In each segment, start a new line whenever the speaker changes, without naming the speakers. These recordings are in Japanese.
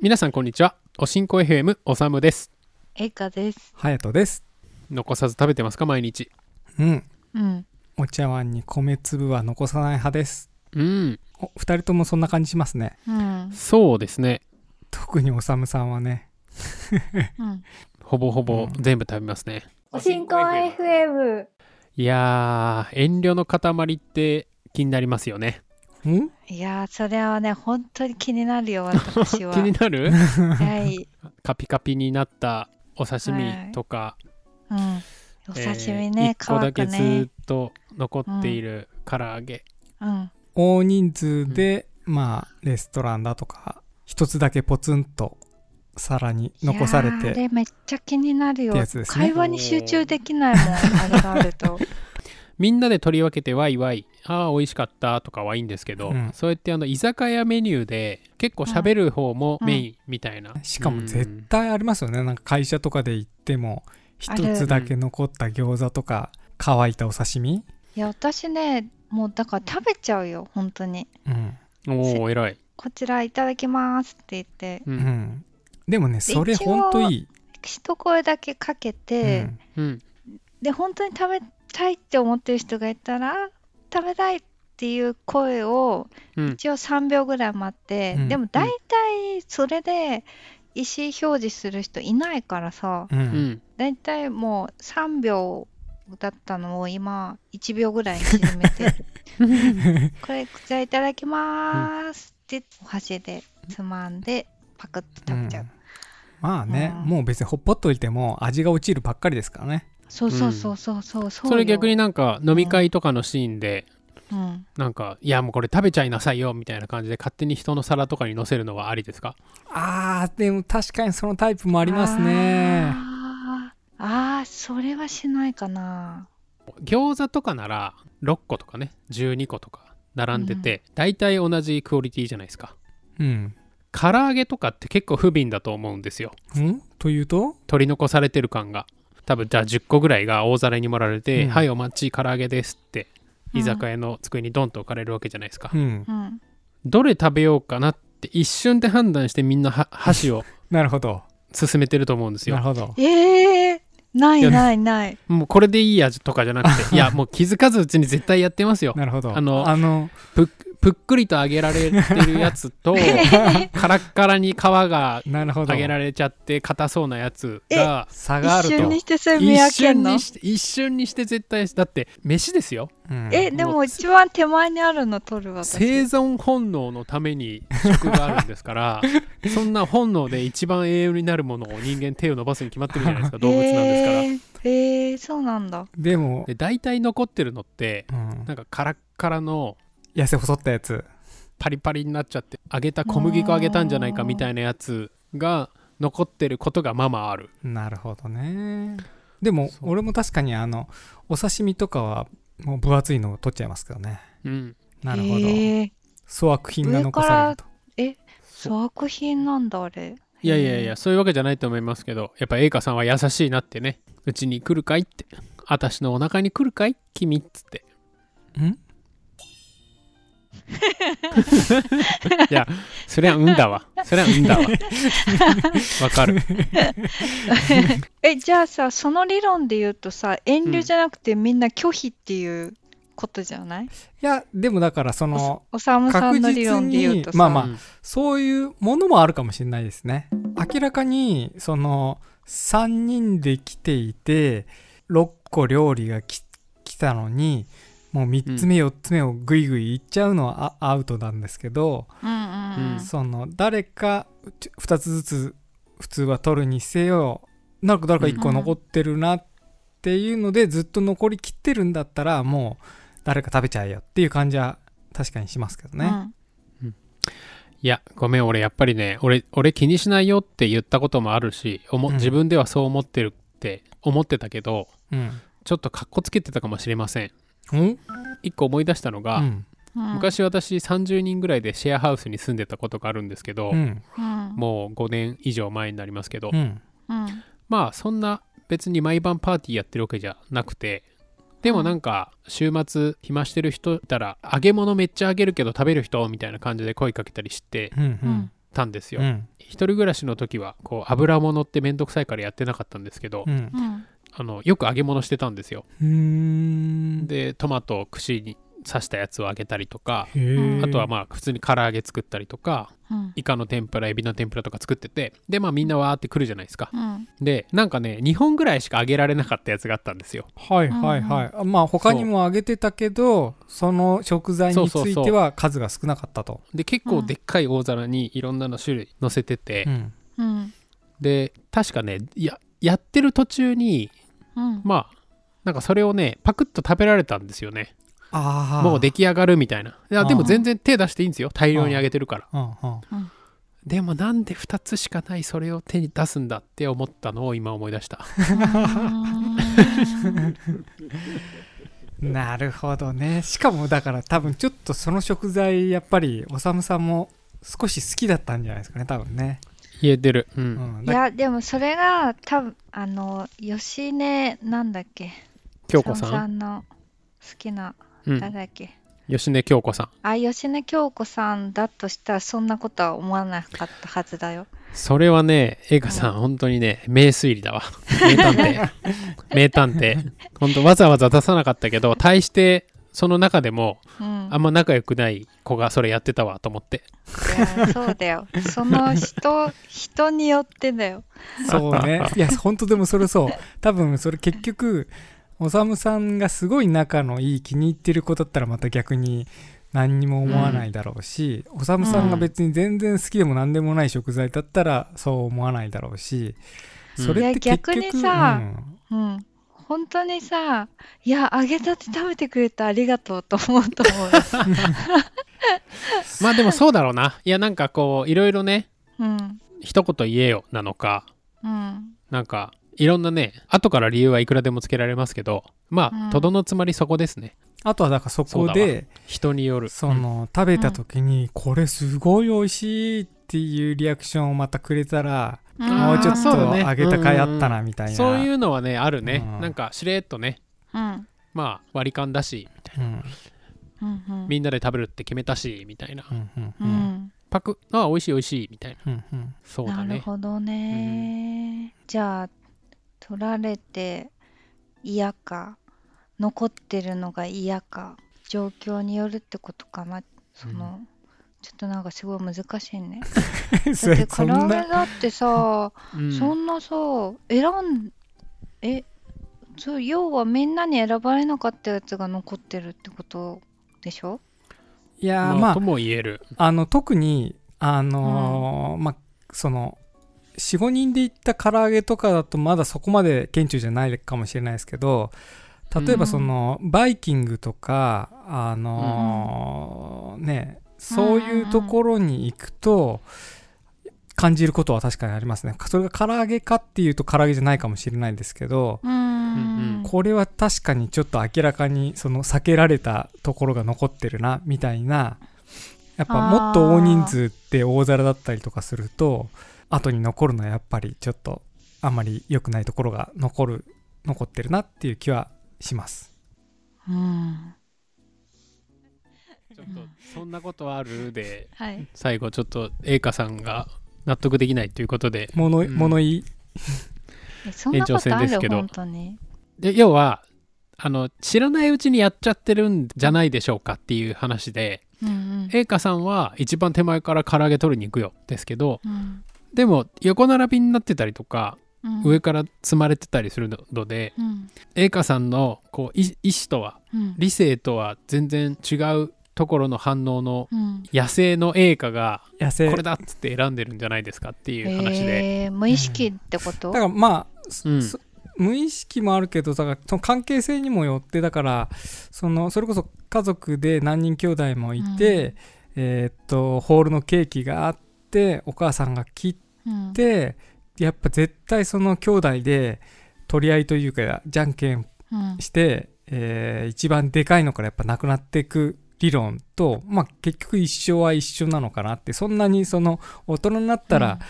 皆さんこんにちはおしんこ FM おさむです
えいかです。
ハヤトです。
残さず食べてますか毎日
うん。
うん。
お茶碗に米粒は残さない派です。
うん
お、二人ともそんな感じしますね。
うん。
そうですね
特におさむさんはね。
うん。
ほぼほぼ全部食べますね、
おしんこ FM。
いやー遠慮の塊って気になりますよね
ん
いやー、それはね、本当に気になるよ、私は。
気になる
はい。
カピカピになったお刺身とか、
うん。お
えー
刺身ね、
一個だ
乾
け
く
ず
ね
ーっ。と残っている唐揚げ、
うん。
大人数で、まあ、レストランだとか、一つだけポツンと皿に残され
いやーあ
て。
れめっちゃ気になるよ。
ってやつですね
会話に集中できないもん、あれがあると。
みんなで取り分けてワイワイああ美味しかったとかはいいんですけど、
うん
そうやってあの居酒屋メニューで結構喋る方もメインみたいな、
しかも
う
絶
ん
対ありますよね。なんか会社とかで行っても、一
ある
つだけ残った餃子とか、乾いたお刺身
いや、私ね、もうだから食べちゃうよ、本当に。
うん。
おお偉い、
こちらいただきますって言って、
う
うんん。でもね、それ
一応
ほんといい。
一声だけかけて、
うん
うん、
で本当に食べたいって思ってる人がいたら食べたいっていう声を
うん
一応3秒ぐらい待って、
うん
でも大体それで意思表示する人いないからさ
う。
うんん
大体もう3秒だったのを今1秒ぐらいに縮めてこれじゃあいただきまーすってお箸でつまんでパクッと食べちゃう、
んまあね、
うん
もう別にほっぽっといても味が落ちるばっかりですからね
そうそうそうそうそうそう
それ逆に
な
なんか飲み会とかのシーンで、
うん
なんかいやもうこれ食べちゃいなさいよみたいな感じで勝手に人の皿とかに乗せるのはありですか
あーでも確かにそのタイプもありますね
あーあーそれはしないかな。
餃子とかなら6個とかね12個とか並んでて、大体同じクオリティじゃないですか
うん、
唐揚げとかって結構不憫だと思うんですよ
うん、というと
取り残されてる感が多分じゃあ10個ぐらいが大皿に盛られて「
うん
はいお待ち唐揚げです」って
うん
居酒屋の机にドンと置かれるわけじゃないですか、
うん
うん。
どれ食べようかなって一瞬で判断してみんなは箸を
なるほど
進めてると思うんです
なる
よ
ほど
ええー、ない
や
いないない。
もうこれでいい味とかじゃなくていやもう気づかずうちに絶対やってますよ
なるほど
あの
あの
ぷっくりと揚げられてるやつとカラッカラに皮が
なるほど
揚げられちゃって硬そうなやつが
差があ
一
る
瞬
と
にしてそれ見
一
分けん
瞬
の
にして一瞬にして絶対だって飯ですよ
うん
え、でも一番手前にあるの取る私。
生存本能のために食があるんですからそんな本能で一番栄養になるものを人間手を伸ばすに決まってるじゃないですか動物なんですから、
えー、えーそうなんだ。
でも、
で大体残ってるのって
うん、
なんかカラッカラの
痩せ細ったやつ
パリパリになっちゃって揚げた小麦粉揚げたんじゃないかみたいなやつが残ってることがまあまあある
なるほどねでも
そう
俺も確かにあのお刺身とかはもう分厚いのを取っちゃいますけどね
うん
なるほど、
えー、
粗悪品が残されると
作品なんだあれ。
いやいやいやそういうわけじゃないと思いますけどやっぱ栄華さんは優しいなってねうちに来るかいって私のお腹に来るかい君っつって
ん
いや、そりゃうんだ わ。そりゃうんだわ。わかる。
え、じゃあさ、その理論で言うとさ、遠慮じゃなくてみんな拒否っていうことじゃない、
いやでもだからその
おさむさんの理論で言うとさ。
まあまあ
うん
そういうものもあるかもしれないですね。明らかに、その、3人で来ていて、6個料理がき来たのに、もう3つ目、4つ目をぐいぐいいっちゃうのはあアウトなんですけど、
うんうんうん。
その、誰かちょ2つずつ普通は取るにせよ、なんか誰か1個残ってるなっていうので、ずっと残りきってるんだったら、もう誰か食べちゃえよっていう感じは確かにしますけど
う
ね。
ん
いや、ごめん、俺、やっぱりね、俺、俺気にしないよって言ったこともあるし、おも
うん
自分ではそう思ってるって思ってたけど、
うん。
ちょっとかっこつけてたかもしれません。
うん、
一個思い出したのが、
うん。
うん
昔私30人ぐらいでシェアハウスに住んでたことがあるんですけど、
うん。
うん
もう5年以上前になりますけど、
うん。
うん
まあそんな別に毎晩パーティーやってるわけじゃなくてでもなんか週末暇してる人いたら揚げ物めっちゃ揚げるけど食べる人みたいな感じで声かけたりして
うん。うん。
たんですよ、
うん
一人暮らしの時はこう油物ってめんどくさいからやってなかったんですけど、
うん
うん
あのよく揚げ物してたんですよ
うーん
でトマトを串に刺したやつを揚げたりとか
へー
あとはまあ普通に唐揚げ作ったりとか
うん
イカの天ぷらエビの天ぷらとか作っててでまあみんなわーって来るじゃないですか
うん
でなんかね2本ぐらいしか揚げられなかったやつがあったんですよ
はいはいはい、あまあ他にもあげてたけどその食材につ
そうそ
いうて
そ
は数が少なかったと
で結構でっかい大皿にいろんなの種類乗せてて、
うん
うん
で確かねややってる途中に
うん
まあなんかそれをねパクッと食べられたんですよね
ああ
もう出来上がるみたいないやでも
あー
全然手出していいんですよ大量に揚げてるから
うんうん
でもなんで2つしかないそれを手に出すんだって思ったのを今思い出した
うん
なるほどねしかもだから多分ちょっとその食材やっぱりおさむさんも少し好きだったんじゃないですかね多分ね、
言えてるう
うんん、
い
だ
やでもそれが多分あの吉根なんだっけ
京子
さ
さ
ん
ん
の好きな
うん
誰だっけ、
吉根京子さん
あ吉根京子さんだとしたらそんなことは思わなかったはずだよ。
それはね映画さん本当にね名推理だわ名探 偵名探偵本当わざわざ出さなかったけど対してその中でも
うん、
あんま仲良くない子がそれやってたわと思って
いやそうだよ。その人人によってだよ。
そう ねいや本当でもそれそう多分それ結局おさむさんがすごい仲のいい気に入ってる子だったらまた逆に何にも思わないだろうし、おさむさんが別に全然好きでも何でもない食材だったらそう思わないだろうしそれって結局、
いや逆にさ
うん
うん。本当にさ、いや、揚げたて食べてくれてありがとうと思うと思う。
まあでもそうだろうないやなんかこういろいろね
うん。
一言言えよなのか
うん。
なんかいろんなね後から理由はいくらでもつけられますけどま
うん
あとどのつまりそこですね
あとはだからそこで
人による
その食べた時に「これすごい美味しい」っていうリアクションをまたくれたら
う
あー
ん
もうちょっ
そう
と
だね
あげたかいあったなみたいな
そういうのはねあるね、
うん
なんかしれっとね
うん。
まあ割り勘だし
うん
うん。うん。
みんなで食べるって決めたしみたいな
うんうん
う
うんん
パクあ美味しい美味しいみたいな
うんうん
そう
な
だ
る
ね
ほどね。じゃあ、取られて嫌か、残ってるのが嫌か、状況によるってことかな。その、ちょっとなんかすごい難し いね。
そ
だって
れ
唐
そん
揚げ
な
だってさ、
うん
そんなさ、選ん、え、そう、要はみんなに選ばれなかったやつが残ってるってことでしょ
いや
ま
ー
あ、
ま
とも言える
ああの特にあのーまあその45人で行った唐揚げとかだとまだそこまで顕著じゃないかもしれないですけど例えばそのバイキングとかあのーねそういうところに行くと感じることは確かにありますねそれが唐揚げかっていうと唐揚げじゃないかもしれないですけど
うーん。
うん
これは確かにちょっと明らかにその避けられたところが残ってるなみたいなやっぱもっと大人数って大皿だったりとかすると後に残るのはやっぱりちょっとあんまり良くないところが残る残ってるなっていう気はします
うん。
ちょっとそんなことはあるで
はい。
最後ちょっと栄華さんが納得できないということで
物,、
うん
物言い
えそんなこ
延長
と
戦
あ
です
る
けど
本当に。
で要はあの知らないうちにやっちゃってるんじゃないでしょうかっていう話で
うんうん。
栄華さんは一番手前から唐揚げ取りに行くよですけど
うん
でも横並びになってたりとか
うん
上から積まれてたりするので
うん
栄華さんのこう意意思とは
うん
理性とは全然違うところの反応の
うん
野生の栄華が
野生
これだっつって選んでるんじゃないですかっていう話で、
えー、無意識ってこと、
だからまあ、そ
うん
そ無意識もあるけどだからその関係性にもよってだからそのそれこそ家族で何人兄弟もいて、えーっとホールのケーキがあってお母さんが切
うん
ってやっぱ絶対その兄弟で取り合いというかじゃんけん
うん
して、えー一番でかいのからやっぱなくなっていく理論と、まあ、結局一生は一緒なのかなってそんなにその大人になったら、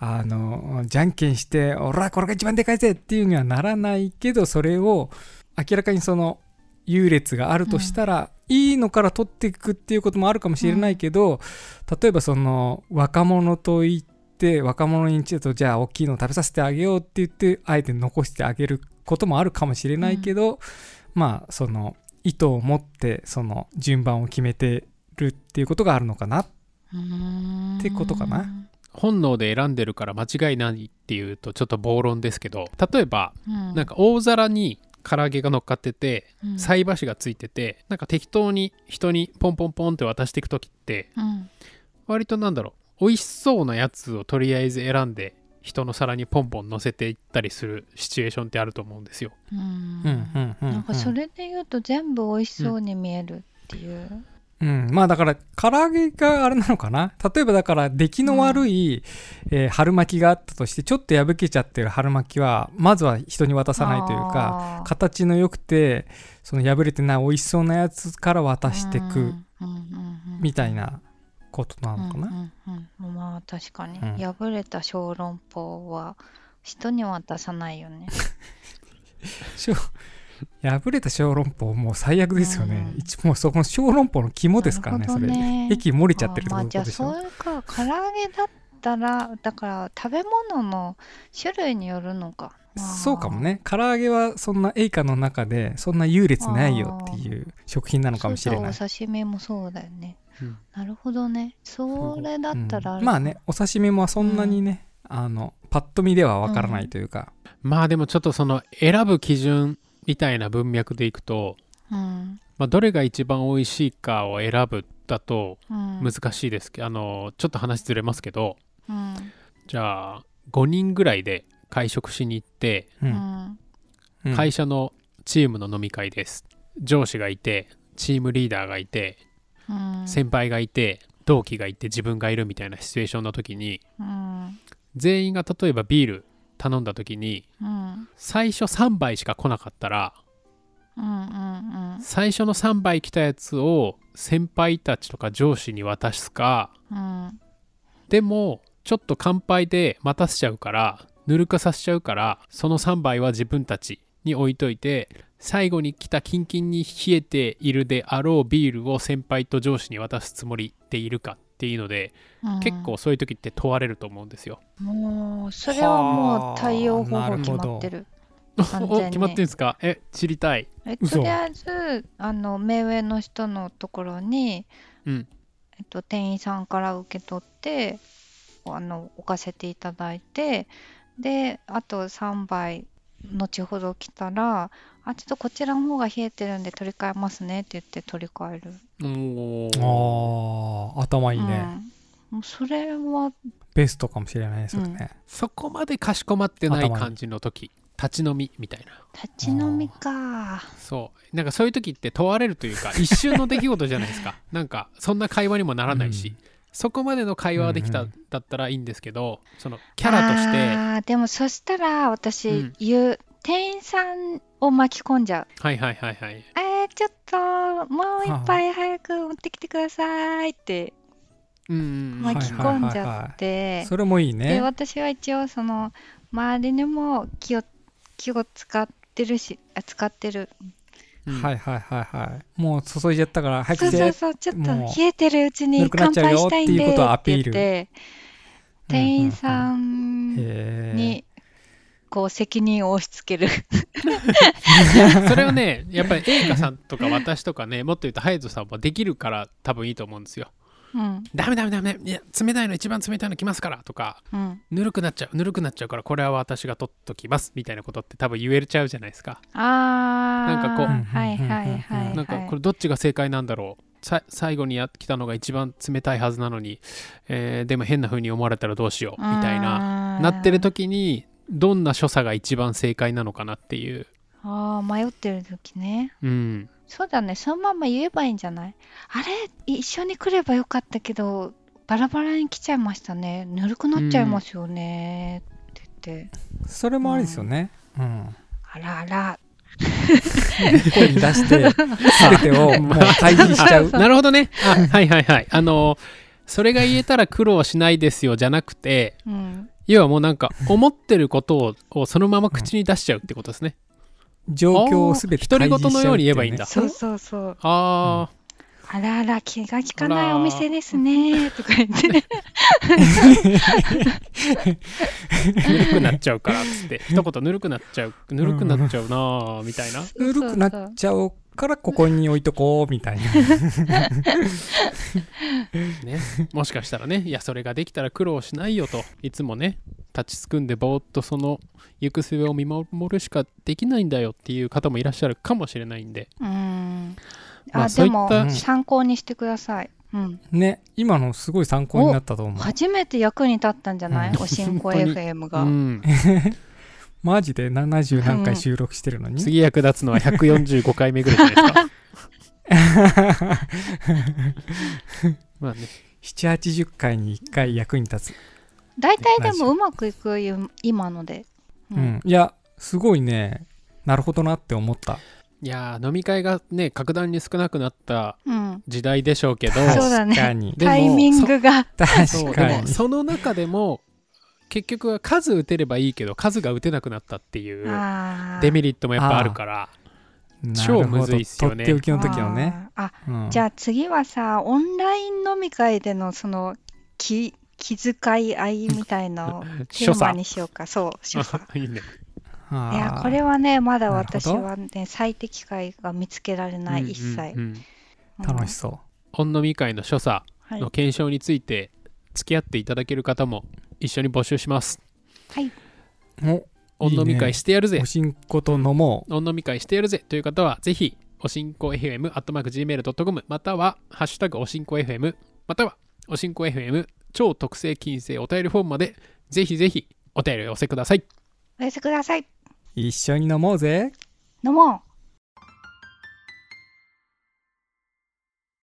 あのじゃんけんして「おらこれが一番でかいぜ!」っていうにはならないけどそれを明らかにその優劣があるとしたら、いいのから取っていくっていうこともあるかもしれないけど、例えばその若者と言って若者にちょっとじゃあ大きいの食べさせてあげようって言ってあえて残してあげることもあるかもしれないけど、まあその意図を持ってその順番を決めてるっていうことがあるのかなってことかな
本能で選んでるから間違いないっていうとちょっと暴論ですけど例えば
うん
なんか大皿に唐揚げが乗っかってて
うん
菜箸がついててなんか適当に人にポンポンポンって渡していく時って
うん
割となんだろう美味しそうなやつをとりあえず選んで人の皿にポンポン乗せていったりするシチュエーションってあると思うんですよ。
う
うん
ん
うんうん、うん、
なんかそれで言うと全部美味しそうに見えるっていう。
うん、まあだから唐揚げがあれなのかな例えばだから出来の悪い、えー春巻きがあったとしてちょっと破けちゃってる春巻きはまずは人に渡さないという
あ
か
ー
形の良くてその破れてない美味しそうなやつから渡してくみたいなことなのかな、
うんうんうんうんまあ確かに、
うん
破れた小籠包は人には渡さないよね。
しょ破れた小籠包もう最悪ですよね、
うん
一もうそこの小籠包の肝ですからね
なるほど
それ
ね
液漏れちゃってるって
あーま
こ
あじ
と
ゃあそう
でしょ、
いうか唐揚げだったらだから食べ物の種類によるのか。あー
そうかも。ね唐揚げはそんな栄華の中でそんな優劣ないよっていう食品なのかもしれない
そうだお刺身もそうだよね。
うん
なるほどね。それだったらあるかも、
うんまあねお刺身もそんなにね、あのパッと見ではわからないというか、
まあでもちょっとその選ぶ基準みたいな文脈でいくと、
うん。
まあ、どれが一番美味しいかを選ぶだと
うん。
難しいですけど、あのちょっと話ずれますけど
うん。
じゃあ5人ぐらいで会食しに行って
う
うんん。
うん
会社のチームの飲み会です、上司がいてチームリーダーがいて
うん。
先輩がいて同期がいて自分がいるみたいなシチュエーションの時に
うん。
全員が例えばビール頼んだ時に
うん。
最初3杯しか来なかったら
うんうん
最初の3杯来たやつを先輩たちとか上司に渡すか
うんうん
でもちょっと乾杯で待たせちゃうからぬるかさせちゃうからその3杯は自分たちに置いといて最後に来たキンキンに冷えているであろうビールを先輩と上司に渡すつもりでいるかっていうので
うん
結構そういう時って問われると思うんですよ。
もうそれはもう対応方法決まってる完全
お
に
決まってるんですかえ知りたい。
え
嘘
とりあえずあの目上の人のところに、
うん
えっと、店員さんから受け取ってあの置かせていただいてであと3杯後ほど来たらあちょっとこちらの方が冷えてるんで取り替えますねって言って取り替える
お
あ
ー
ー頭いいね、
うん、もうそれは
ベストかもしれないですよね、
そこまでかしこまってない
頭に
感じの時立ち飲みみたいな。
立ち飲みか
そうなんかそういう時って問われるという か一瞬の出来事じゃないですかなんかそんな会話にもならないし、
うん
そこまでの会話はできた、
うんうん
だったらいいんですけどそのキャラ
あーでもそしたら
う
私
ん
言う、店員さんを巻き込んじゃう
としてはいはいはいはい
えー、ちょっともう一杯早く持ってきてくださいって
うんうんうん
巻き込んじゃって
それもいい
で
ね
私は一応その周りにも気を気を使ってるしあ使ってる
うん
はいはいはいはいもう注いじゃったから早
そ
く
う
して
そうそうちょっと
もう
冷えてるうち
ぬる
に
くなっ
乾
ちゃう
杯
よ
したいんで
っていうことをアピール
って言って店員さん
へー
にこう責任を押し付 ける
それをねやっぱり栄華さんとか私とかねもっと言うとハヤトさんもできるから多分いいと思うんですよ
うん
ダメダメダメいや冷たいの一番冷たいの来ますからとか
うん
ぬるくなっちゃうぬるくなっちゃうからこれは私が取っときますみたいなことって多分言えちゃうじゃないですか
あー
なんかこう
はいはいはい、はい、
なんかこれどっちが正解なんだろうさ最後にやってきたのが一番冷たいはずなのに、えーでも変な風に思われたらどうしようみたいな
な
なってる時にどんな所作が一番正解なのかなっていう、
ああ迷ってる時ね
うん、
そうだねそのまま言えばいいんじゃないあれ一緒に来ればよかったけどバラバラに来ちゃいましたねぬるくなっちゃいますよね、って言って
それもありですよね、うん、
あらあら
声に出して全てをもう開示しち ゃう
なるほどねあはいはいはいあのそれが言えたら苦労しないですよじゃなくて
うん
要はもうなんか思ってることををそのまま口に出しちゃうってことですね、
状況をすべて開示しちゃう
あー独
って
り言のように言えばいいんだ
そうそうそう。
あー、
あらあら、気が利かないお店ですね。とか言って。
ぬるくなっちゃうからっつって一言ぬるくなっちゃうぬるくなっちゃうなーみたいな
ぬるくな
そうそうそ
っちゃうからここに置いとこうみたいな
ねもしかしたらねいやそれができたら苦労しないよといつもね立ちすくんでぼーっとその行く末を見守るしかできないんだよっていう方もいらっしゃるかもしれないんで
ううん。あ、
まあそう
で
いった
う
も、
ん
参考にしてください。うん。
ね今のすごい参考になったと思う
初めて役に立ったんじゃない、
うん
おしんこ
本当に
FM
う
が。
ん
マジで70何回収録してるのに、
次役立つのは145回目ぐらいじゃないですか まあね
780回に1回役に立つ、
大体で
ラジ
も
オ
うまくいくよ、今ので。う
うん。いやすごいねなるほどなって思った
いやー飲み会がね格段に少なくなった
うん。
時代でしょうけど
そうだね
確かに
でも
タイミングが。
そうで
確か
も
に
その中でも結局は数打てればいいけど数が打てなくなったっていう
あー
デメリットもやっぱあるから
なるほど
超むずいっすよね
とっておきの時のね、
あー。あ
うん
じゃあ次はさ、オンライン飲み会でのその気気遣い合いみたいなテ
所
ーマ
作
にしようか。そう、所 作。
いいね
あ
い
ー
や、これはね、まだ私
なるほど
はね、最適解が見つけられない、一切
う。ん
楽しそう
本飲み会の所作
うんは
の
い。
検証について付き合っていただける方も一緒に募集します
はい。
お
本飲み会してやるぜ
おしんこと飲も
本飲み会してやるぜという方はぜひおしんこ FM アットマーク Gmail.com またはハッシュタグおしんこ FM またはおしんこ FM 超特製金星お便りフォームまでぜひぜひお便りをお寄せください
お寄せください。
う一緒に飲もうぜ
飲もう。